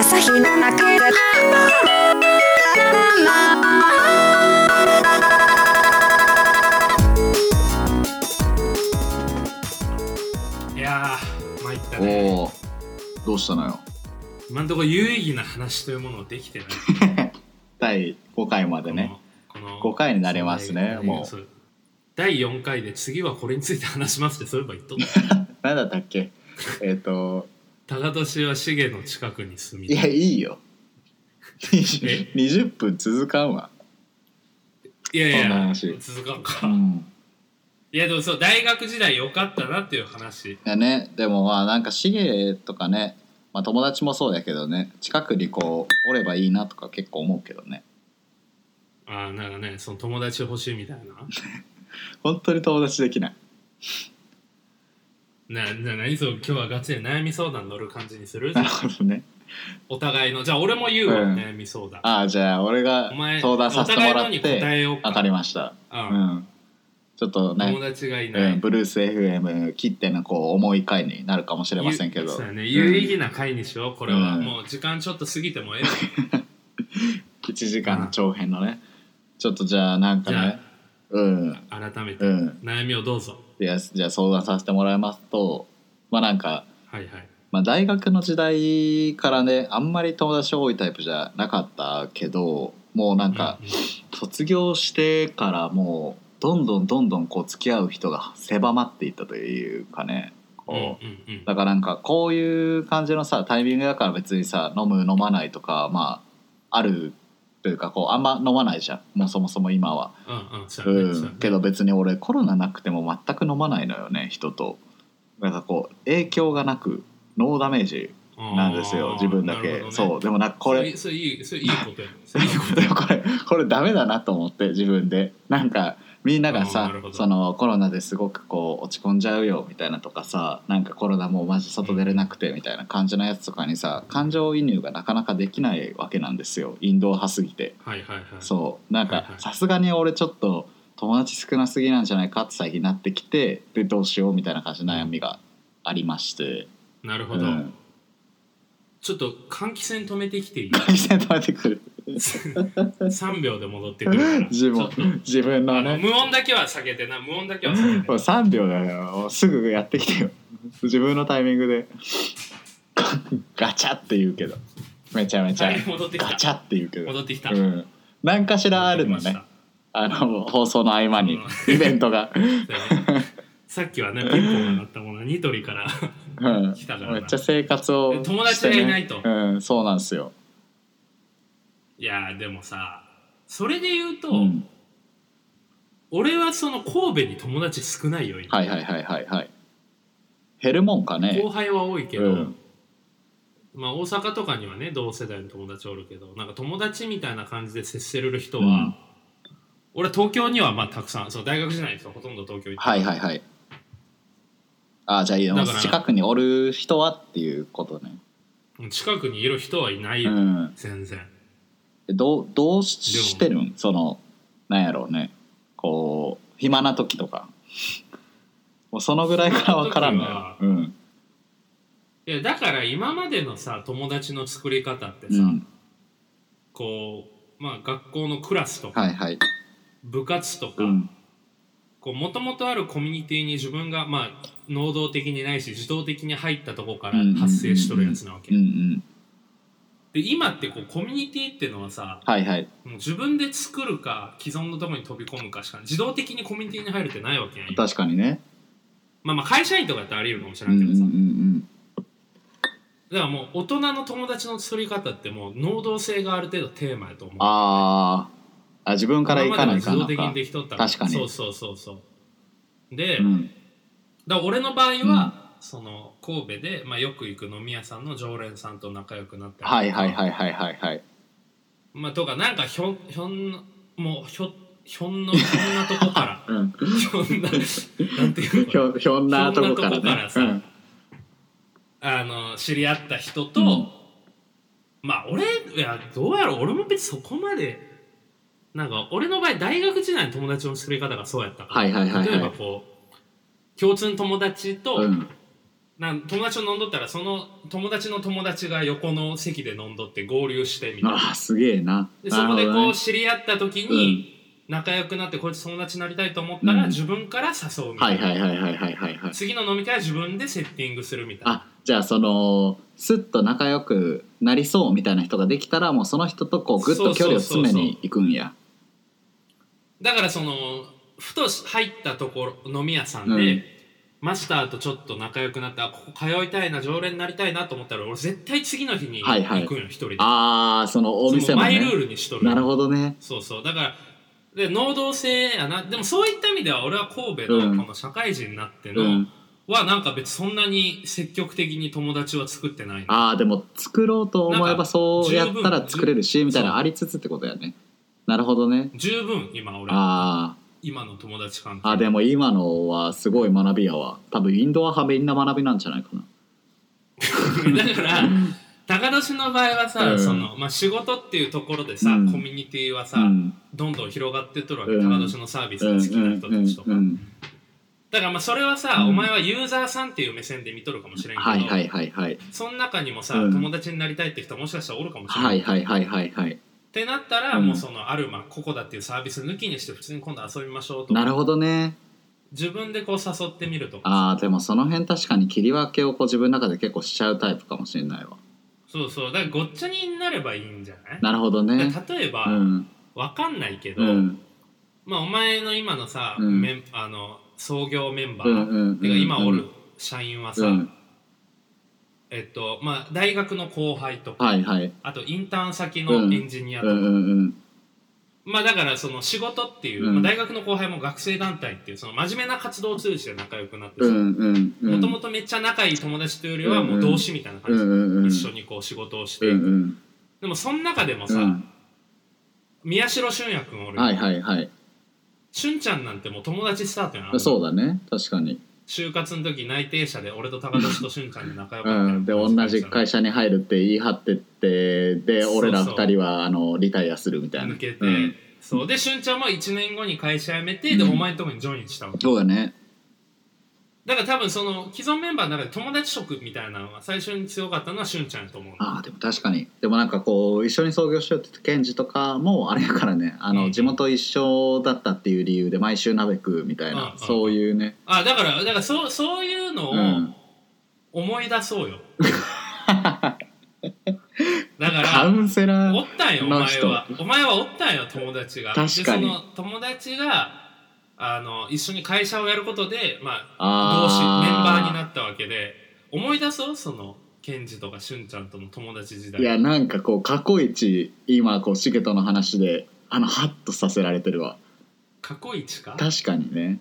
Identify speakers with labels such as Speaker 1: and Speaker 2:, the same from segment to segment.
Speaker 1: 朝日の中で
Speaker 2: いやー、参ったね。
Speaker 3: おおどうしたのよ
Speaker 2: 今のところ有意義な話というものをできてない。
Speaker 3: 第5回までね
Speaker 2: この。
Speaker 3: 5回になりますね
Speaker 2: そ
Speaker 3: もう
Speaker 2: そう第4回で次はこれについて話しますってそういえば言っとっ
Speaker 3: 何だったっけえっ、と
Speaker 2: た。高年はシゲの近くに住み
Speaker 3: いやいいよ
Speaker 2: え
Speaker 3: 20分続かんわ
Speaker 2: いやい
Speaker 3: そんな
Speaker 2: や、
Speaker 3: 話
Speaker 2: 続かん
Speaker 3: う
Speaker 2: か。
Speaker 3: ん
Speaker 2: いや、でもそう、大学時代良かったなっていう話。
Speaker 3: いやねでもまあなんかシゲとかね、まあ、友達もそうやけどね近くにこうおればいいなとか結構思うけどね
Speaker 2: ああ、なんかね、その友達欲しいみたい
Speaker 3: 本当に友達できない
Speaker 2: な。な、な、何そう、今日はガチで悩み相談乗る感じにする
Speaker 3: なるほどね
Speaker 2: お互いの。じゃあ俺も言うわ、
Speaker 3: うん
Speaker 2: 悩み相談。
Speaker 3: ああじゃあ俺が
Speaker 2: お前、
Speaker 3: 相談させてもら
Speaker 2: お互いのに
Speaker 3: っ
Speaker 2: 答
Speaker 3: て
Speaker 2: えよう
Speaker 3: わかりました
Speaker 2: うん
Speaker 3: うんちょっとね
Speaker 2: 友達がいない。
Speaker 3: うん、ブルース FM 切ってのこう重い回になるかもしれませんけど
Speaker 2: そうやね、
Speaker 3: うん
Speaker 2: 有意義な回にしよう、これは。
Speaker 3: うん
Speaker 2: もう時間ちょっと過ぎてもええわ
Speaker 3: 1時間の長編のねちょっとじゃあなんか
Speaker 2: じゃ
Speaker 3: ねうん
Speaker 2: あ、改めて、
Speaker 3: うん
Speaker 2: 悩みをどうぞ。
Speaker 3: いやじゃあ相談させてもらいますとまあなんか、
Speaker 2: はいはい。
Speaker 3: まあ、大学の時代からねあんまり友達多いタイプじゃなかったけどもうなんか
Speaker 2: う
Speaker 3: 卒業してからもうどんどんどんどんこう付き合う人が狭まっていったというかねこう、
Speaker 2: うんうんうん
Speaker 3: だからなんかこういう感じのさタイミングだから別にさ飲む飲まないとかまああるというかこうあんま飲まないじゃんもうそもそも今は、
Speaker 2: うんうん、そう
Speaker 3: う
Speaker 2: やね。そうや
Speaker 3: ん
Speaker 2: ね、
Speaker 3: けど別に俺コロナなくても全く飲まないのよね人となんかこう影響がなくノーダメージなんですよ自分だけ、そうでもなんかこ
Speaker 2: こ
Speaker 3: れ
Speaker 2: れ、それいい、それいいこと や。それいいこと
Speaker 3: で
Speaker 2: や
Speaker 3: も。これこれダメだなと思って自分でなんかみんなが
Speaker 2: あー
Speaker 3: さ
Speaker 2: なるほど
Speaker 3: そのコロナですごくこう落ち込んじゃうよみたいなとかさなんかコロナもうマジ外出れなくてみたいな感じのやつとかにさ感情移入がなかなかできないわけなんですよインドア派すぎて
Speaker 2: はいはいはい。
Speaker 3: そうなん
Speaker 2: はい
Speaker 3: か
Speaker 2: はい
Speaker 3: さすがに俺ちょっと友達少なすぎなんじゃないかって最近なってきてでどうしようみたいな感じの悩みがあり まして
Speaker 2: なるほ
Speaker 3: う
Speaker 2: ど。
Speaker 3: ん
Speaker 2: ちょっと換気扇止めてき ていい
Speaker 3: 改善止めてくる
Speaker 2: ?3 秒で戻ってくるから。
Speaker 3: 自分
Speaker 2: ちょっ
Speaker 3: 自分
Speaker 2: と
Speaker 3: の
Speaker 2: あの
Speaker 3: ね
Speaker 2: 無音だけは避けてな、無音だけは避けて
Speaker 3: もう。3秒だよもうすぐやってきてよ自分のタイミングでガチャって言うけどめちゃめちゃ
Speaker 2: はい戻ってきた
Speaker 3: ガチャって言うけど
Speaker 2: 戻ってきた。
Speaker 3: うん、何かしらあるの
Speaker 2: 戻ってきまし
Speaker 3: ね
Speaker 2: た
Speaker 3: あの放送の合間に
Speaker 2: う
Speaker 3: イベントが、
Speaker 2: さっきはね、ピンポンが鳴ったもの、ニトリから。
Speaker 3: うん、
Speaker 2: 来たからな
Speaker 3: めっちゃ生活をしてね、
Speaker 2: 友達がいないと
Speaker 3: うん、そうなんですよ、
Speaker 2: いやーでもさ、それで言うと、
Speaker 3: うん、
Speaker 2: 俺はその神戸に友達少ないよ、今。
Speaker 3: はいはいはいはいはい減るもんかね
Speaker 2: 後輩は多いけど、
Speaker 3: うん
Speaker 2: まあ大阪とかにはね、同世代の友達おるけど、なんか友達みたいな感じで接せれる人は、
Speaker 3: うん
Speaker 2: 俺東京にはまあたくさん、そう大学時代にそうほとんど東京行って、
Speaker 3: はいはいはいあじゃあいいよ
Speaker 2: だから
Speaker 3: 近くにおる人はっていうことね、
Speaker 2: 近くにいる人はいないうよ、
Speaker 3: ん、
Speaker 2: 全然。
Speaker 3: どうどうししてるんそのなんやろうねこう暇な時とかもうそのぐらいから分からんのよ、うん
Speaker 2: いや、だから今までのさ、友達の作り方ってさ、
Speaker 3: うん、
Speaker 2: こう、まあ学校のクラスとか、
Speaker 3: はいはい、
Speaker 2: 部活とか、
Speaker 3: うん、
Speaker 2: こう元々あるコミュニティに自分がまあ能動的にないし自動的に入ったとこから発生しとるやつなわけ、
Speaker 3: うんうん
Speaker 2: で今ってこうコミュニティってのはさ
Speaker 3: はいはい
Speaker 2: もう自分で作るか既存のとこに飛び込むかしか自動的にコミュニティに入るってないわけやん
Speaker 3: 確かにね
Speaker 2: まあまあ会社員とかだってあり得るかもしれな
Speaker 3: う
Speaker 2: んいうけ
Speaker 3: ん
Speaker 2: ど
Speaker 3: う
Speaker 2: さ、
Speaker 3: ん
Speaker 2: だからもう大人の友達の作り方ってもう能動性がある程度テーマやと思う
Speaker 3: あーあ自分から行かないか
Speaker 2: 今
Speaker 3: な
Speaker 2: まで
Speaker 3: か
Speaker 2: は自動的にできとったら
Speaker 3: 確かに
Speaker 2: そうそうそうそうで、
Speaker 3: うん
Speaker 2: だから俺の場合は、その神戸で、まあ、よく行く飲み屋さんの常連さんと仲良くなったりとか
Speaker 3: はいはいはいはいはいはい
Speaker 2: まあ、とかなんかひょんひょんもうひょひょんのひょんなとこから
Speaker 3: うん
Speaker 2: ひょんななんていうの
Speaker 3: ひ
Speaker 2: かな
Speaker 3: ょひょんなとこから
Speaker 2: ひょんなとこから
Speaker 3: ね
Speaker 2: さ
Speaker 3: うん
Speaker 2: あの知り合った人と、
Speaker 3: うん
Speaker 2: まあ俺いやどうやろう俺も別にそこまでなんか俺の場合大学時代の友達の作り方がそうやったから、
Speaker 3: はいはいはいはい
Speaker 2: 例えばこう共通の友達と、
Speaker 3: うん
Speaker 2: なん友達と飲んどったらその友達の友達が横の席で飲んどって合流してみたいな
Speaker 3: ああすげえな
Speaker 2: でそこで
Speaker 3: なるほ
Speaker 2: こ
Speaker 3: ど
Speaker 2: う
Speaker 3: ね
Speaker 2: 知り合った時に仲良くなってこいつ友達になりたいと思った
Speaker 3: うん
Speaker 2: ら自分から誘うみた
Speaker 3: はいい
Speaker 2: な、
Speaker 3: はいはいはいはいはいはい
Speaker 2: 次の飲み会は自分でセッティングするみたいな
Speaker 3: あじゃあそのすっと仲良くなりそうみたいな人ができたらもうその人とこうぐっと距離を詰めに行くんや
Speaker 2: だからそのふと入ったところ飲み屋さんで、
Speaker 3: うん
Speaker 2: マスターとちょっと仲良くなってあここ通いたいな常連になりたいなと思ったら俺絶対次の日に
Speaker 3: はいはい
Speaker 2: 行くんよ一人で、
Speaker 3: ああそのお
Speaker 2: そ
Speaker 3: 店
Speaker 2: の
Speaker 3: も
Speaker 2: マイルー
Speaker 3: ね
Speaker 2: ルにしとる
Speaker 3: なるほどね
Speaker 2: そうそうだからで能動性やなでもそういった意味では俺は神戸
Speaker 3: うん
Speaker 2: のこの社会人になっての、
Speaker 3: うん
Speaker 2: はなんか別にそんなに積極的に友達は作ってないな
Speaker 3: ああでも作ろうと思えばそうやった
Speaker 2: なん
Speaker 3: ら
Speaker 2: か十分
Speaker 3: 作れるしみたい
Speaker 2: そ
Speaker 3: なの
Speaker 2: う
Speaker 3: ありつつってことやねなるほどね
Speaker 2: 十分今俺
Speaker 3: あ
Speaker 2: 今の友達関
Speaker 3: ーあ
Speaker 2: 係
Speaker 3: でも今のはすごい学びやわ多分インドア派みんな学びなんじゃないかな
Speaker 2: だから高年の場合はさ、
Speaker 3: うん
Speaker 2: そのまあ、仕事っていうところでさ、
Speaker 3: うん
Speaker 2: コミュニティはさ、
Speaker 3: うん
Speaker 2: どんどん広がってっとるわけ、
Speaker 3: うん
Speaker 2: 高年のサービス
Speaker 3: う
Speaker 2: が
Speaker 3: ん
Speaker 2: 好
Speaker 3: う
Speaker 2: きなん人
Speaker 3: う
Speaker 2: た
Speaker 3: ん
Speaker 2: ちとか、
Speaker 3: うん
Speaker 2: だからまあそれはさ、
Speaker 3: うん
Speaker 2: お前はユーザーさんっていう目線で見とるかもしれんけど、
Speaker 3: はいはいはいはい
Speaker 2: その中にもさ、
Speaker 3: うん
Speaker 2: 友達になりたいって人もしかしたらおるかもしれな、
Speaker 3: はいいはいはいはいはい
Speaker 2: ってなったら、
Speaker 3: うん
Speaker 2: もうそのアルマココダっていうサービス抜きにして普通に今度遊びましょうとか
Speaker 3: なるほどね
Speaker 2: 自分でこう誘ってみるとか
Speaker 3: あーでもその辺確かに切り分けをこう自分の中で結構しちゃうタイプかもしれないわ
Speaker 2: そうそうだからごっちゃになればいいんじゃない
Speaker 3: なるほどね
Speaker 2: だから例えば、
Speaker 3: う
Speaker 2: わ
Speaker 3: ん
Speaker 2: かんないけど、
Speaker 3: うん
Speaker 2: まあお前の今のさ、
Speaker 3: うん
Speaker 2: メンあの創業メンバ
Speaker 3: う
Speaker 2: ー、
Speaker 3: んうん
Speaker 2: てか今おる社員はさ、
Speaker 3: うん
Speaker 2: えっとまあ大学の後輩とか、
Speaker 3: はいはい
Speaker 2: あとインターン先のエンジニア
Speaker 3: う
Speaker 2: と
Speaker 3: ん
Speaker 2: か、
Speaker 3: うん
Speaker 2: まあだからその仕事っていう、
Speaker 3: うん
Speaker 2: まあ、大学の後輩も学生団体っていうその真面目な活動を通じて仲良くなって
Speaker 3: う
Speaker 2: さ
Speaker 3: んうんうん
Speaker 2: もともとめっちゃ仲いい友達というよりはもう同志みたいな
Speaker 3: うん
Speaker 2: 感
Speaker 3: うんうん
Speaker 2: じで一緒にこう仕事をして、
Speaker 3: うんうん
Speaker 2: でもその中でも
Speaker 3: う
Speaker 2: さ、
Speaker 3: ん
Speaker 2: 宮代俊也君おるよ、
Speaker 3: はいはいはい
Speaker 2: 俊ちゃんなんてもう友達スタートやな
Speaker 3: そうだね確かに
Speaker 2: 就活の時内定者で俺と高田と俊ちゃんで仲良
Speaker 3: う
Speaker 2: かったよ
Speaker 3: んで同じ会社に入るって言い張ってってで
Speaker 2: そうそう
Speaker 3: 俺ら二人はあのリタイアするみたいな
Speaker 2: 抜けて、
Speaker 3: うん
Speaker 2: そうで俊ちゃんも1年後に会社辞めて、で
Speaker 3: うん
Speaker 2: お前のとこにジョインしたわけ
Speaker 3: そうだね
Speaker 2: だから多分その既存メンバーの中で友達職みたいなのは最初に強かったのは俊ちゃんやと思うの
Speaker 3: ああでも確かにでもなんかこう一緒に創業しようって言ってケンジとかもあれやからねあの、
Speaker 2: うん
Speaker 3: 地元一緒だったっていう理由で毎週鍋食うみたいな、
Speaker 2: うん
Speaker 3: そういうね、
Speaker 2: あだからだからそうそういうのを
Speaker 3: うん
Speaker 2: 思い出そう よ、だか
Speaker 3: カ
Speaker 2: ら
Speaker 3: ウンセラ
Speaker 2: お
Speaker 3: ー
Speaker 2: ったんよお
Speaker 3: の
Speaker 2: 前
Speaker 3: 人
Speaker 2: はお前はおったんよ友達が
Speaker 3: 確かに
Speaker 2: でその友達があの一緒に会社をやることでまあ同士メン
Speaker 3: あ
Speaker 2: バーになったわけで思い出そうそのケンジとかしゅんちゃんとの友達時代
Speaker 3: いやなんかこう過去一今こうシゲトの話であのハッとさせられてるわ
Speaker 2: 過去一か
Speaker 3: 確かにね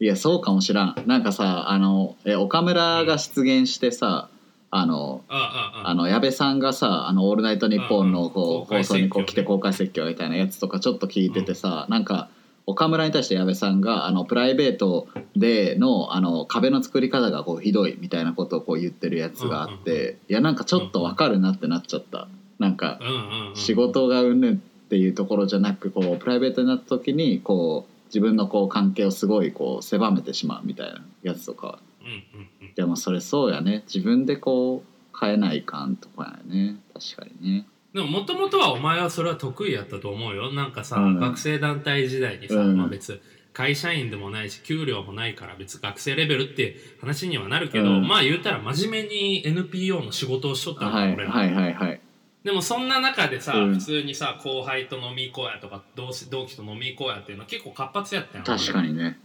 Speaker 3: いやそうかもしらんなんかさあのえ岡村が出現してさ、あの
Speaker 2: あああ
Speaker 3: あの矢部さんがさ「あのオールナイトニッポン」の
Speaker 2: うんうん
Speaker 3: こう
Speaker 2: 公
Speaker 3: 放
Speaker 2: 開
Speaker 3: 送にこう来て
Speaker 2: 説教ね
Speaker 3: 公開説教みたいなやつとかちょっと聞いててさ、なんか岡村に対して矢部さんがあのプライベートでのあの壁の作り方がこうひどいみたいなことをこう言ってるやつがあって、
Speaker 2: うんうん
Speaker 3: いやなんかちょっとわかるなってなっちゃった。なんか
Speaker 2: うんうんうん
Speaker 3: 仕事がうんぬんっていうところじゃなくこうプライベートになった時にこう自分のこう関係をすごいこう狭めてしまうみたいなやつとか
Speaker 2: うんうんうん
Speaker 3: でもそれそうやね自分でこう変えないかんとかやね確かにね
Speaker 2: でももともとはお前はそれは得意やったと思うよなんかさ、
Speaker 3: うん
Speaker 2: 学生団体時代にさ、
Speaker 3: うん
Speaker 2: まあ別会社員でもないし給料もないから別学生レベルって話にはなるけど、
Speaker 3: うん
Speaker 2: まあ言うたら真面目に NPO の仕事をしとったの、
Speaker 3: はい
Speaker 2: 俺ら
Speaker 3: はいはいはい
Speaker 2: でもそんな中でさ、
Speaker 3: うん
Speaker 2: 普通にさ後輩と飲み行こうやとか同士同期と飲み行こうやっていうのは結構活発やったよ
Speaker 3: 確かにね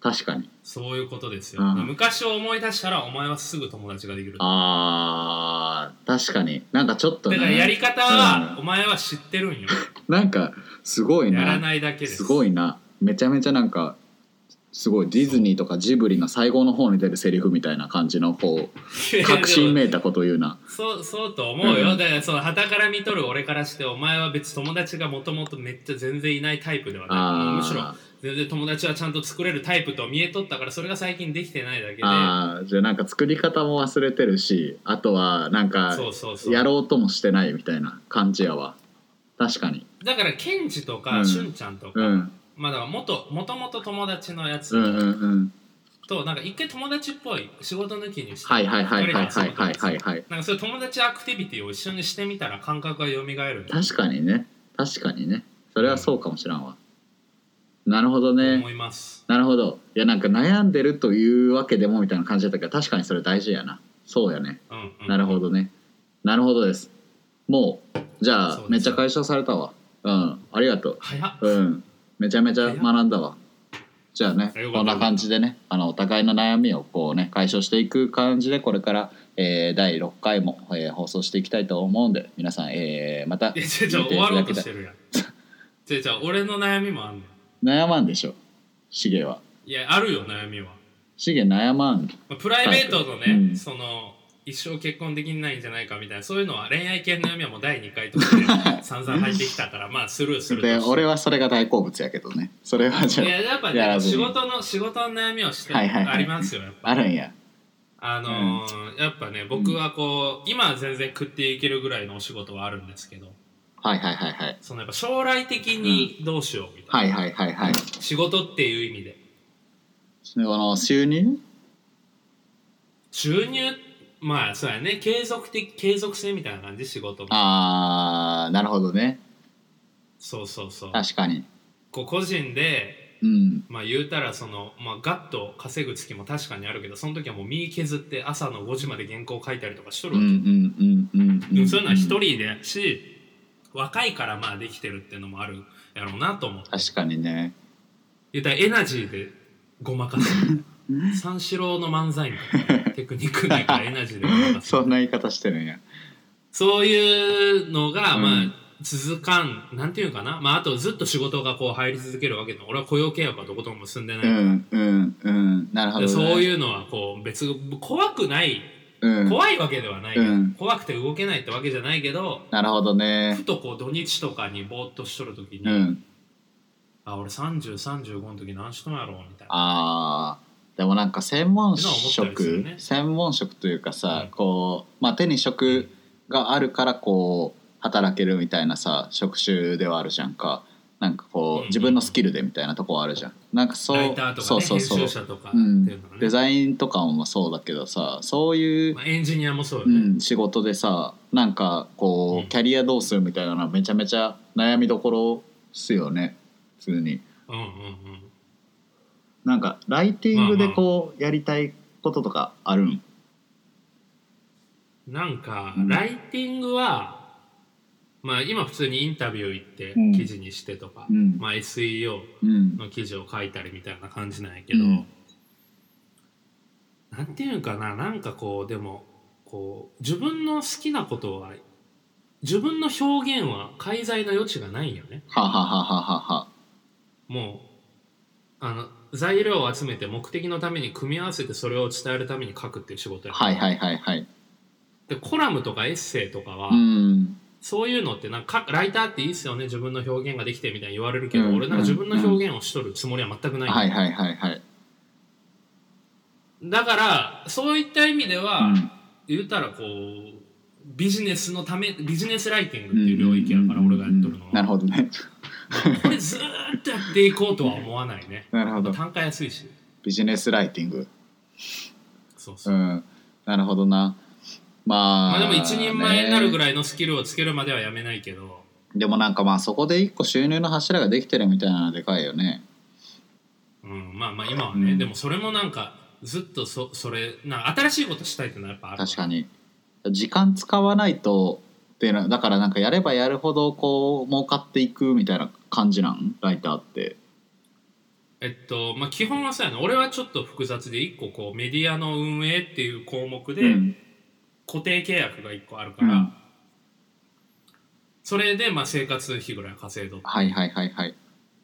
Speaker 3: 確かに
Speaker 2: そういうことですよ、
Speaker 3: うん
Speaker 2: 昔を思い出したらお前はすぐ友達ができるだか
Speaker 3: あー確かになんかちょっと
Speaker 2: らやり
Speaker 3: ね
Speaker 2: 方
Speaker 3: う
Speaker 2: は
Speaker 3: ん
Speaker 2: お前は知ってるんよ、
Speaker 3: なんかすごい
Speaker 2: やら
Speaker 3: な
Speaker 2: ないだけです
Speaker 3: すごいなめちゃめちゃなんかすごいディズニーとかジブリの最後の方に出るセリフみたいな感じのこう
Speaker 2: いや
Speaker 3: 確信
Speaker 2: でも
Speaker 3: めいたこと言うな
Speaker 2: そう そうと思うよ、
Speaker 3: うん
Speaker 2: だからその旗から見とる俺からしてお前は別に友達がもともとめっちゃ全然いないタイプではないもうむしろ
Speaker 3: あー
Speaker 2: 全然友達はちゃんと作れるタイプと見えとったからそれが最近できてないだけで
Speaker 3: あーじゃあなんか作り方も忘れてるしあとはなんか
Speaker 2: そうそうそう
Speaker 3: やろうともしてないみたいな感じやわ確かに
Speaker 2: だからケンジと
Speaker 3: う
Speaker 2: か
Speaker 3: ん
Speaker 2: しゅんちゃんとか、
Speaker 3: うん
Speaker 2: まあだから元もともと友達のやつ
Speaker 3: うんうんうん
Speaker 2: となんか一回友達っぽい仕事抜きにして、
Speaker 3: はいはいはいはい
Speaker 2: 二人
Speaker 3: はい
Speaker 2: で集ま
Speaker 3: は
Speaker 2: っ
Speaker 3: い
Speaker 2: て
Speaker 3: はいはい
Speaker 2: なんかそういう友達アクティビティを一緒にしてみたら感覚が蘇る
Speaker 3: 確かにね確かにねそれはそうかもしらんわなるほどね
Speaker 2: と思います、
Speaker 3: なるほどいやなんか悩んでるというわけでもみたいな感じだったけど確かにそれ大事やなそうやね
Speaker 2: うんうん、
Speaker 3: なるほどねなるほどですもうじゃ
Speaker 2: そう
Speaker 3: あ
Speaker 2: です
Speaker 3: めっちゃ解消されたわうんありがとう
Speaker 2: 早っ
Speaker 3: うんめちゃめちゃ学んだわじゃあね
Speaker 2: よかった
Speaker 3: こんな感じでねあのお互いの悩みをこうね解消していく感じでこれから、えー第6回も、えー放送していきたいと思うんで皆さん、えーまた
Speaker 2: いや違う違う終わろうとしてるや ん違う違う俺の悩みもあんねん
Speaker 3: 悩まんでしょシゲはい
Speaker 2: やあるよ悩みは、
Speaker 3: シゲ悩まん
Speaker 2: まあプライベートのね、
Speaker 3: うん
Speaker 2: その一生結婚できないんじゃないかみたいなそういうのは恋愛系の悩みはもう第2回とか で散々入ってきたからまあスルーすると
Speaker 3: で
Speaker 2: して
Speaker 3: 俺はそれが大好物やけどねそれはじゃ
Speaker 2: いややっぱ
Speaker 3: やら
Speaker 2: ね
Speaker 3: ずに
Speaker 2: 仕事の仕事の悩みをして
Speaker 3: はいはいはい
Speaker 2: ありますよやっ
Speaker 3: ああ
Speaker 2: ぱ
Speaker 3: るんや
Speaker 2: あのーやっぱね僕はこう今は全然食っていけるぐらいのお仕事はあるんですけど
Speaker 3: はいはいはいはい
Speaker 2: そのやっぱ将来的にどうしようみたいな、
Speaker 3: はいはいはいはい
Speaker 2: 仕事っていう意味で
Speaker 3: その収入
Speaker 2: 収入まあそうやね継続的継続性みたいな感じ仕事も
Speaker 3: あーなるほどね
Speaker 2: そうそうそう
Speaker 3: 確かに
Speaker 2: こう個人で
Speaker 3: うん
Speaker 2: まあ言うたらその、まあ、ガッと稼ぐ月も確かにあるけどその時はもう身削って朝の5時まで原稿書いたりとかしと
Speaker 3: うん
Speaker 2: る
Speaker 3: う
Speaker 2: わけ、
Speaker 3: んうんうん
Speaker 2: で
Speaker 3: う
Speaker 2: も
Speaker 3: ん
Speaker 2: そういうのは一人でやし若いからまあできてるっていうのもあるやろうなと思って
Speaker 3: 確かにね
Speaker 2: 言うたらエナジーでごまか すみたいな三四郎の漫才みたいなテクニックないからエナジーでごまかす
Speaker 3: そんな言い方してるんや
Speaker 2: そういうのが、
Speaker 3: うん
Speaker 2: まあ、続かん、なんていうかな。まあ、あとずっと仕事がこう入り続けるわけで、俺は雇用契約はどことも結んでな
Speaker 3: う
Speaker 2: い。
Speaker 3: んうんうんなるほど
Speaker 2: で
Speaker 3: ね
Speaker 2: そういうのはこう、別、怖くない、
Speaker 3: うん
Speaker 2: 怖いわけではない、
Speaker 3: うん
Speaker 2: 怖くて動けないってわけじゃないけど、
Speaker 3: なるほどね
Speaker 2: ふとこう土日とかにぼーっとしとるときに、
Speaker 3: うん
Speaker 2: あ、俺30、35の時何しとんやろうみたいな。
Speaker 3: あーでもなんか専門
Speaker 2: そういうのは思ったりす
Speaker 3: 職、
Speaker 2: るね
Speaker 3: 専門職というかさ、
Speaker 2: うん
Speaker 3: こう、まあ、手に職があるからこう働けるみたいなさ職種ではあるじゃんかなんか
Speaker 2: う
Speaker 3: こ
Speaker 2: ん
Speaker 3: う自分のスキルでみたいなとこはあるじゃんなんかそう
Speaker 2: ライターとか、
Speaker 3: そう
Speaker 2: ね、
Speaker 3: そうそう
Speaker 2: 編集者とかっていうのがね。
Speaker 3: デザインとかもそうだけどさそういう
Speaker 2: ま、あ、エンジニアもそうよ
Speaker 3: う
Speaker 2: ね。
Speaker 3: ん、仕事でさなんかこう、
Speaker 2: うん
Speaker 3: キャリアどうするみたいなのはめちゃめちゃ悩みどころっすよね普通に
Speaker 2: うん、うん、うん。
Speaker 3: なんかライティングでこうやりたいこととかあるん
Speaker 2: なんか、
Speaker 3: うん
Speaker 2: ライティングは、まあ今普通にインタビュー行って
Speaker 3: うん
Speaker 2: 記事にしてとか、
Speaker 3: うん
Speaker 2: まあ SEO
Speaker 3: うん
Speaker 2: の記事を書いたりみたいな感じなんやけど、
Speaker 3: うん
Speaker 2: なんていうんかな、なんかこう、でも、こう、自分の好きなことは、自分の表現は介在の余地がないんよね。
Speaker 3: はははははは
Speaker 2: もう、あの、材料を集めて目的のために組み合わせてそれを伝えるために書くっていう仕事や。
Speaker 3: はいはいはいはい
Speaker 2: で、コラムとかエッセイとかは、
Speaker 3: うん
Speaker 2: そういうのってなんかかライターっていいっすよね自分の表現ができてみたいに言われるけど、
Speaker 3: うん
Speaker 2: 俺なんか自分の表現をしとるつもりは全くない、
Speaker 3: はいはいはいはい
Speaker 2: だからそういった意味では、
Speaker 3: うん
Speaker 2: 言うたらこうビジネスのためビジネスライティングっていう領域やから
Speaker 3: うん
Speaker 2: 俺がやっとるのは、
Speaker 3: なるほどね
Speaker 2: これずーっとやっていこうとは思わないね
Speaker 3: なるほど
Speaker 2: 単価安いし
Speaker 3: ビジネスライティング
Speaker 2: そうそうう、
Speaker 3: んなるほどなま
Speaker 2: ま
Speaker 3: あ
Speaker 2: あでも一人前になるぐ
Speaker 3: い
Speaker 2: らいのスキルをつけるまではやめないけど
Speaker 3: でもなんかまあそこで一個収入の柱ができてるみたいなのはでかいよね
Speaker 2: うん、まあまあ今はね、
Speaker 3: うん
Speaker 2: でもそれもなんかずっとそそれなんか新しいことしたいってのはやっぱある
Speaker 3: 確かに時間使わないとっていうのはだからなんかやればやるほどこう儲かっていくみたいな感じなんライターって
Speaker 2: えっとまあ、基本はそうやな俺はちょっと複雑で1個こうメディアの運営っていう項目で
Speaker 3: うん
Speaker 2: 固定契約が1個あるから、
Speaker 3: うん
Speaker 2: それでまあ生活費ぐらい稼いどって
Speaker 3: はいはいはいはい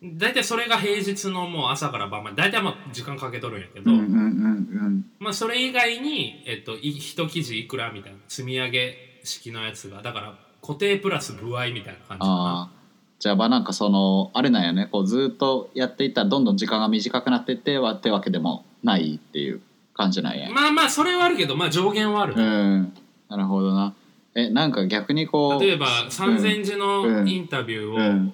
Speaker 2: 大体それが平日のもう朝から晩まで大体まあ時間かけとるんやけ
Speaker 3: う
Speaker 2: ど、
Speaker 3: んうんうん
Speaker 2: まあ、それ以外に、えっと、い一記事いくらみたいな積み上げ式のやつがだから固定プラス歩合みたいな感じかな
Speaker 3: ああじゃあまあなんかそのあれなんやねこうずっとやっていったらどんどん時間が短くなってってはってわけでもないっていう感じなんや、
Speaker 2: まあまあそれはあるけど、まあ、上限はある、
Speaker 3: うんなるほどなえなんか逆にこう
Speaker 2: 例えば3000字のインタビューを、
Speaker 3: うん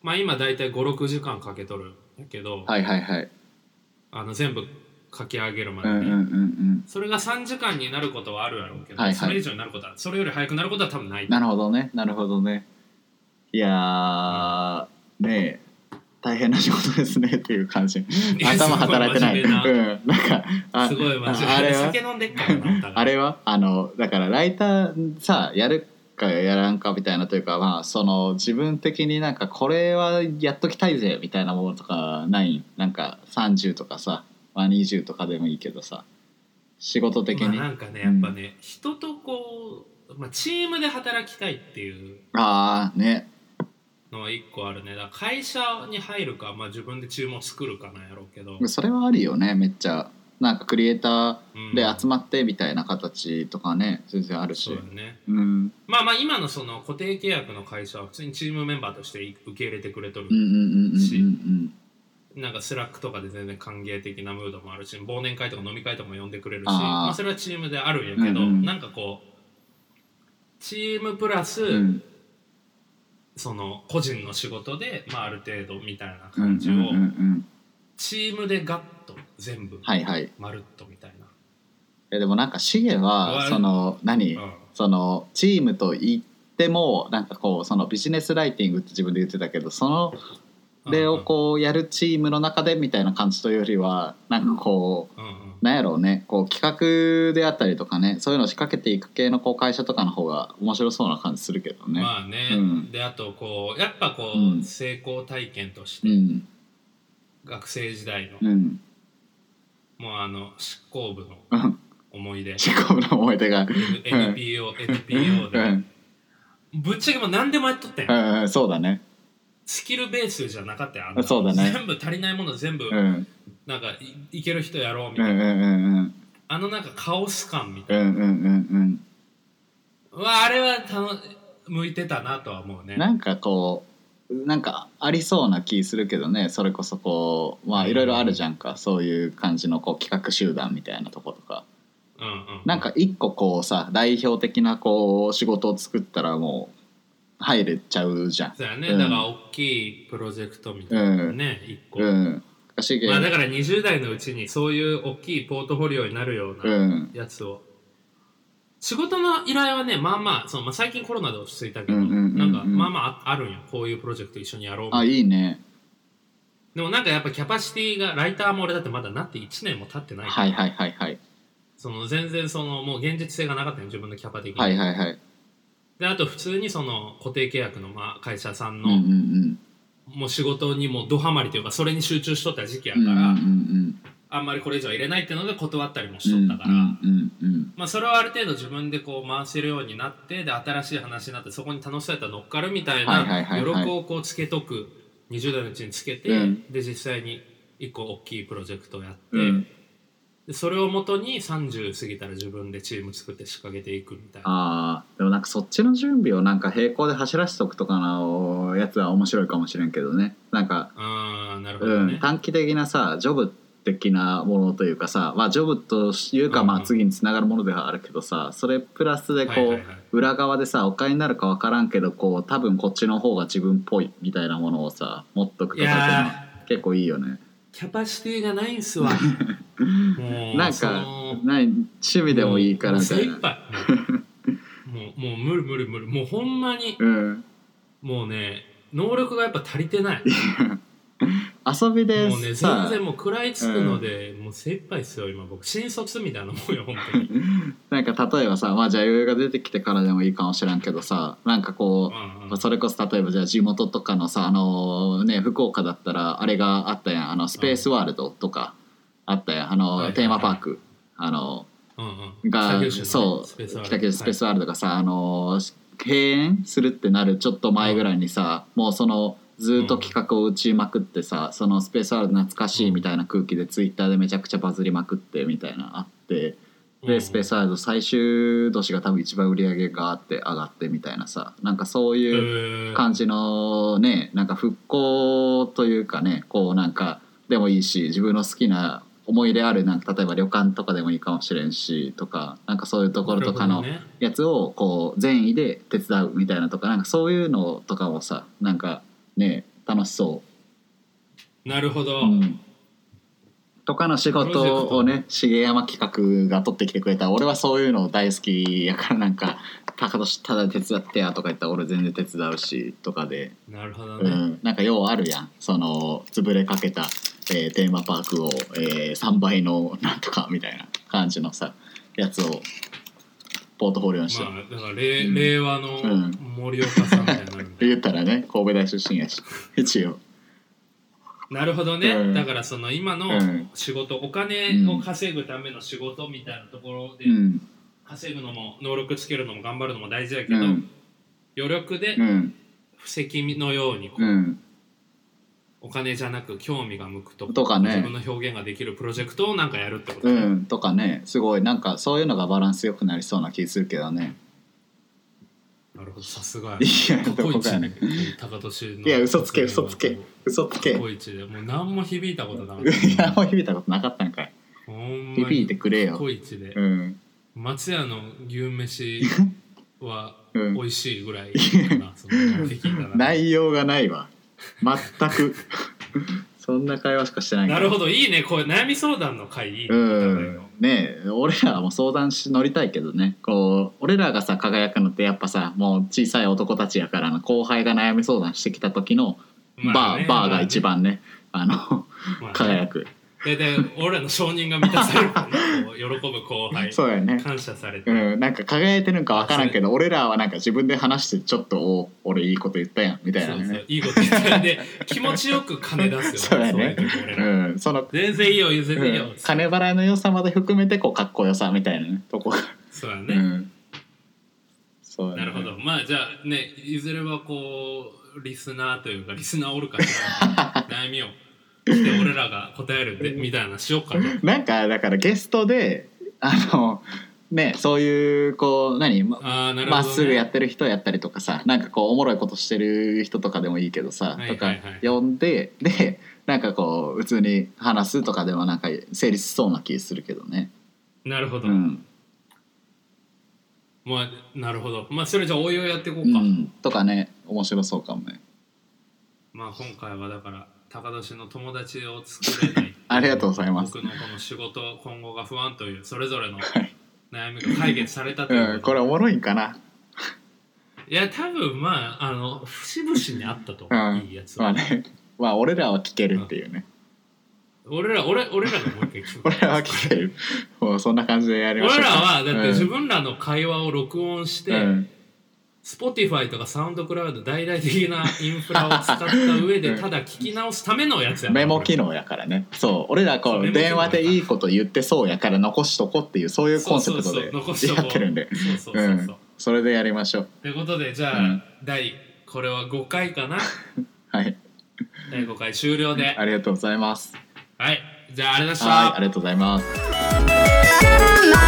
Speaker 2: まあ今大体56時間かけとるんやけど、
Speaker 3: はいはいはい
Speaker 2: あの全部書き上げるま
Speaker 3: う
Speaker 2: で
Speaker 3: んう
Speaker 2: ね、
Speaker 3: んうん
Speaker 2: それが3時間になることはあるやろうけど、
Speaker 3: はいはい
Speaker 2: それ以上になることはそれより早くなることは多分な
Speaker 3: う
Speaker 2: い
Speaker 3: んなるほどねなるほどねいやーねえ大変な仕事ですねっていう感 じ頭働いてない
Speaker 2: すごい真面目
Speaker 3: うんなんかあ
Speaker 2: すごい真面目
Speaker 3: ああれは
Speaker 2: 酒飲んでっからなお互い
Speaker 3: あれはあのだからライターさやるかやらんかみたいなというかまあその自分的になんかこれはやっときたいぜみたいなものとかないなんか30とかさ、まあ、20とかでもいいけどさ仕事的に、
Speaker 2: まあ、なんかねやっぱね、人とこう、まあ、チームで働きたいっていう
Speaker 3: ああね
Speaker 2: のは一個あるねだから会社に入るか、まあ、自分で注文作るかなんやろうけど、
Speaker 3: それはあるよねめっちゃなんかクリエイタ
Speaker 2: うん
Speaker 3: ーで集まってみたいな形とかね全然ある
Speaker 2: そう
Speaker 3: し
Speaker 2: だね
Speaker 3: うんうん
Speaker 2: まあまあ今のその固定契約の会社は普通にチームメンバーとして受け入れてくれとる、
Speaker 3: うんうんうんうん
Speaker 2: し
Speaker 3: うん
Speaker 2: なんかスラックとかで全然歓迎的なムードもあるし忘年会とか飲み会とかも呼んでくれるし
Speaker 3: あー
Speaker 2: まあ、それはチームであるんやけど、
Speaker 3: うんうん
Speaker 2: なんかこうチームプラス、
Speaker 3: うん
Speaker 2: その個人の仕事で、まあ、ある程度みたいな
Speaker 3: うんうん
Speaker 2: 感じを、
Speaker 3: うんうん
Speaker 2: チームでガッと全部
Speaker 3: はいはい
Speaker 2: まるっとみたいな、
Speaker 3: えでもなんかシゲ
Speaker 2: わ
Speaker 3: は
Speaker 2: る
Speaker 3: その何、
Speaker 2: うん
Speaker 3: そのチームと言ってもなんかこうそのビジネスライティングって自分で言ってたけどそのそれをこうやるチームの中でみたいな感じというよりはなんかこう
Speaker 2: うんうん
Speaker 3: なんやろうねこう企画であったりとかねそういうのを仕掛けていく系のこう会社とかの方が面白そうな感じするけどね。
Speaker 2: まあね、
Speaker 3: うん
Speaker 2: であとこうやっぱこう、
Speaker 3: うん
Speaker 2: 成功体験とし
Speaker 3: う
Speaker 2: て、
Speaker 3: ん
Speaker 2: 学生時代の、
Speaker 3: うん
Speaker 2: もうあの執行部の
Speaker 3: うん
Speaker 2: 思い出
Speaker 3: 仕込むの思い出が。
Speaker 2: NPO、
Speaker 3: うん
Speaker 2: NPO
Speaker 3: う
Speaker 2: で
Speaker 3: ん
Speaker 2: ぶっちゃけもう何でもやっとったん
Speaker 3: う
Speaker 2: やん
Speaker 3: んうんそうだね。
Speaker 2: スキルベースじゃなかったやんあんな
Speaker 3: そうだね
Speaker 2: 全部足りないもの全部、
Speaker 3: うん
Speaker 2: なんかいいける人やろうみ
Speaker 3: うん
Speaker 2: た
Speaker 3: う
Speaker 2: いな、
Speaker 3: んうん
Speaker 2: あのなんかカオス感みた
Speaker 3: う
Speaker 2: い
Speaker 3: んうんうんうん
Speaker 2: な、うわあれはたの向いてたなとは思うね
Speaker 3: なんかこうなんかありそうな気するけどねそれこそこうまあいろいろあるじゃんかそういう感じのこう企画集団みたいなとことか
Speaker 2: うんうん
Speaker 3: なんか一個こうさ代表的なこう仕事を作ったらもう入れちゃうじゃん
Speaker 2: そうやね、
Speaker 3: うん
Speaker 2: だから大きいプロジェクトみたいなね、一個、
Speaker 3: うんしげ
Speaker 2: まあだから20代のうちにそういう大きいポートフォリオになるよう
Speaker 3: う
Speaker 2: なんやつを仕事の依頼はねまあまあその、まあ、最近コロナで落ち着いたけど、
Speaker 3: うんうんうんうん
Speaker 2: なんかまあまあああるんよこういうプロジェクト一緒にやろうみた
Speaker 3: あ
Speaker 2: いない
Speaker 3: いね
Speaker 2: でもなんかやっぱキャパシティがライターも俺だってまだなって1年も経ってないから、
Speaker 3: はいはいはいはい
Speaker 2: その全然そのもう現実性がなかったよ自分のキャパ的に、
Speaker 3: はいはいはい
Speaker 2: であと普通にその固定契約のまあ会社さん
Speaker 3: うん
Speaker 2: の、
Speaker 3: うんうん
Speaker 2: もう仕事にもうドハマりというかそれに集中しとった時期や
Speaker 3: う
Speaker 2: から、
Speaker 3: んうんうん
Speaker 2: あんまりこれ以上は入れないっていうので断ったりも
Speaker 3: う
Speaker 2: しと
Speaker 3: ん
Speaker 2: ったから、
Speaker 3: うんうん
Speaker 2: まあ、それはある程度自分でこう回せるようになってで新しい話になってそこに楽しさやったら乗っかるみたい
Speaker 3: は
Speaker 2: ない
Speaker 3: はいはい
Speaker 2: 余
Speaker 3: はい
Speaker 2: 力をこうつけとく20代のうちにつけて、
Speaker 3: うん
Speaker 2: で実際に一個大きいプロジェクトをやって、
Speaker 3: うん
Speaker 2: でそれをもとに30過ぎたら自分でチーム作って仕掛けていくみたいな。
Speaker 3: あーでもなんかそっちの準備をなんか並行で走らせておくとかのやつは面白いかもしれんけどねなんか、
Speaker 2: あーなるほ
Speaker 3: う
Speaker 2: ど
Speaker 3: ん
Speaker 2: ね、
Speaker 3: 短期的なさジョブ的なものというかさ、まあ、ジョブというか、ま
Speaker 2: う
Speaker 3: あ、
Speaker 2: ん
Speaker 3: 次につながるものではあるけどさそれプラスでこう、
Speaker 2: はいはいはい
Speaker 3: 裏側でさお金になるか分からんけどこう多分こっちの方が自分っぽいみたいなものをさ持っとく
Speaker 2: い
Speaker 3: とか
Speaker 2: や
Speaker 3: 結構いいよね。
Speaker 2: ーキャパシティがないん すわもう
Speaker 3: なん
Speaker 2: そ
Speaker 3: か
Speaker 2: の
Speaker 3: ない趣味でもいいからみたい
Speaker 2: もう精
Speaker 3: な。
Speaker 2: 一杯もうもうもう無理無理無理もうほんまに
Speaker 3: うん、
Speaker 2: もうね能力がやっぱ足りてない
Speaker 3: 遊びで
Speaker 2: もうね
Speaker 3: さ
Speaker 2: 全然もう食らいつくので、もう精一杯ですよ今僕新卒みたいなもんよ本当に
Speaker 3: なんか例えばさまあじゃあ余裕が出てきてからでもいいかもしれんけどさなんかこ
Speaker 2: うん
Speaker 3: う、
Speaker 2: うん
Speaker 3: まあそれこそ例えばじゃあ地元とかのさあのーね福岡だったらあれがあったやんあのスペースワールドとかあったやんあの、
Speaker 2: はいはいはい
Speaker 3: テーマパークあの
Speaker 2: うんうん北
Speaker 3: が
Speaker 2: 九州のね
Speaker 3: そう
Speaker 2: スペースワールド
Speaker 3: 北九州スペース
Speaker 2: は
Speaker 3: ワールドがさ、あのー閉園するってなるちょっと前ぐらいにさ、もうそのずっと企画を打ちまくってさ、そのスペースワールド懐かしいみたいな空気でツイッターでめちゃくちゃバズりまくってみたいなあって
Speaker 2: い
Speaker 3: でスペースワールド最終年が多分一番売り上げがあって上がってみたいなさなんかそ
Speaker 2: う
Speaker 3: うい
Speaker 2: んう
Speaker 3: う。
Speaker 2: ん
Speaker 3: 感じのねなんか復興というかねこうなんかでもいいし自分の好きな思い入れあるなんか例えば旅館とかでもいいかもしれんしとかなんかそういうところとかの
Speaker 2: なるほどね
Speaker 3: やつをこう善意で手伝うみたいなとかなんかそういうのとかもさなんかね楽しそ
Speaker 2: なるほ
Speaker 3: う、
Speaker 2: ど、
Speaker 3: うん、とかの仕事をね重山企画が取ってきてくれた俺はそういうの大好きやからなんか「高俊ただ手伝ってや」とか言ったら俺全然手伝うしとかで、
Speaker 2: なるほど
Speaker 3: う
Speaker 2: ね、
Speaker 3: ん、なんかようあるやんその潰れかけた、えーテーマパークを、え3倍のなんとかみたいな感じのさやつをポートフォリオにして、
Speaker 2: まあだから令,、
Speaker 3: うん
Speaker 2: 令和の
Speaker 3: うん
Speaker 2: 森岡さんみたいになるんだ
Speaker 3: 言ったらね神戸大出身やし 一応。
Speaker 2: なるほどね、
Speaker 3: うん
Speaker 2: だからその今の
Speaker 3: うん
Speaker 2: 仕事、お金を稼ぐための仕事みたいなところで、
Speaker 3: うん
Speaker 2: 稼ぐのも能力つけるのも頑張るのも大事だけ
Speaker 3: う
Speaker 2: ど、
Speaker 3: ん
Speaker 2: 余力で
Speaker 3: うん
Speaker 2: 布石のようにこう、
Speaker 3: うん
Speaker 2: お金じゃなく興味が向くと
Speaker 3: とかね
Speaker 2: 自分の表現ができるプロジェクトをなんかやるってこと
Speaker 3: う
Speaker 2: ね、
Speaker 3: んとかねすごいなんかそういうのがバランスよくなりそうな気するけどね
Speaker 2: なるほどさすがや
Speaker 3: いや
Speaker 2: 過
Speaker 3: ど
Speaker 2: 去
Speaker 3: こ
Speaker 2: 一
Speaker 3: かやね
Speaker 2: 高年の
Speaker 3: いや嘘つけ嘘つけ
Speaker 2: 過
Speaker 3: 嘘つけ
Speaker 2: 去一でもう何も響いたことなかっ
Speaker 3: い
Speaker 2: た
Speaker 3: やもう響いたことなかったんかい
Speaker 2: ほんま
Speaker 3: 響い
Speaker 2: に
Speaker 3: てくれ
Speaker 2: 過
Speaker 3: よ
Speaker 2: 去一で
Speaker 3: うん
Speaker 2: 松屋の牛飯は
Speaker 3: うん
Speaker 2: 美味しいぐらいかな、その適宜だな
Speaker 3: 内容がないわ全く そんな会話しかしてない
Speaker 2: なるほ
Speaker 3: ど
Speaker 2: どいいねこういう悩み相談の会いいね、
Speaker 3: うんねえ俺らも相談し乗りたいけどねこう俺らがさ輝くのってやっぱさもう小さい男たちやからの後輩が悩み相談してきた時の
Speaker 2: ま
Speaker 3: バ
Speaker 2: あ
Speaker 3: ー
Speaker 2: ね
Speaker 3: バーが一、番ねあの
Speaker 2: まあね
Speaker 3: 輝く
Speaker 2: でで俺らの承認が満たされるもんねこう喜ぶ後輩
Speaker 3: そうやね
Speaker 2: 感謝されて、
Speaker 3: うん、なんか輝いてるんか分からんけど俺らはなんか自分で話してちょっとお俺いいこと言ったやんみたい
Speaker 2: そ
Speaker 3: な
Speaker 2: うそ
Speaker 3: ね
Speaker 2: ういいこと言ってで気持ちよく金出すよ
Speaker 3: そうやね
Speaker 2: いう時俺
Speaker 3: う
Speaker 2: ら
Speaker 3: んその、
Speaker 2: 全然いいよ全然いいよ、
Speaker 3: うん金払いの良さまで含めてこうかっこよさみたいなねとこが、
Speaker 2: そうだ
Speaker 3: う
Speaker 2: ね、
Speaker 3: ん、そうやね
Speaker 2: なるほどまあじゃあねいずれはこうリスナーというかリスナーおるかしら悩みをして俺らが答えるでみたいなしようかと
Speaker 3: なんかだからゲストであのねそういうこう何ま
Speaker 2: ああなるほど、ね、
Speaker 3: まっすぐやってる人やったりとかさなんかこうおもろいことしてる人とかでもいいけどさ、
Speaker 2: はい
Speaker 3: とか
Speaker 2: はいはい
Speaker 3: 呼んででなんかこう普通に話すとかでもなんか成立しそうな気するけどね。
Speaker 2: なるほど、
Speaker 3: うん
Speaker 2: まあなるほどまあそれじゃあ応用やっていこう
Speaker 3: う
Speaker 2: か、
Speaker 3: ん、とかね面白そうかもね
Speaker 2: まあ今回はだから高年の友達を作れない
Speaker 3: ありがとうございます
Speaker 2: 僕のこの仕事今後が不安というそれぞれの
Speaker 3: はい
Speaker 2: 悩みが解決されたということで、
Speaker 3: うんこれおもろいんかない
Speaker 2: や多分まああの節々にあったと思う、
Speaker 3: うん
Speaker 2: いいやつ
Speaker 3: ま
Speaker 2: は、
Speaker 3: あねまあ俺らは聞けるっていうね
Speaker 2: 俺ら俺俺らがもう一回聞く
Speaker 3: 俺らは聞けるもうそんな感じでやりましょう
Speaker 2: 俺らはだって自
Speaker 3: っ
Speaker 2: 分らの会話を録音して、Spotify とかサウンドクラウド大々的なインフラを使った上で
Speaker 3: うん
Speaker 2: ただ聞き直すためのやつや
Speaker 3: メモ機
Speaker 2: 能
Speaker 3: 能やからねそう俺らこ
Speaker 2: そう
Speaker 3: う電話でいいこと言ってそうやから残しとこっていうそういうコンセプ
Speaker 2: そ
Speaker 3: トで
Speaker 2: うそうそう残しとこ
Speaker 3: や
Speaker 2: う
Speaker 3: ってるんで
Speaker 2: そうそうそうそう、
Speaker 3: うんそれでやりましょう
Speaker 2: ということでじゃあ、
Speaker 3: うん
Speaker 2: 第これは5回かな
Speaker 3: はい
Speaker 2: 第5回終了で
Speaker 3: ありがとうございます
Speaker 2: はいじゃあありがとうございました
Speaker 3: はいありがとうございます
Speaker 1: my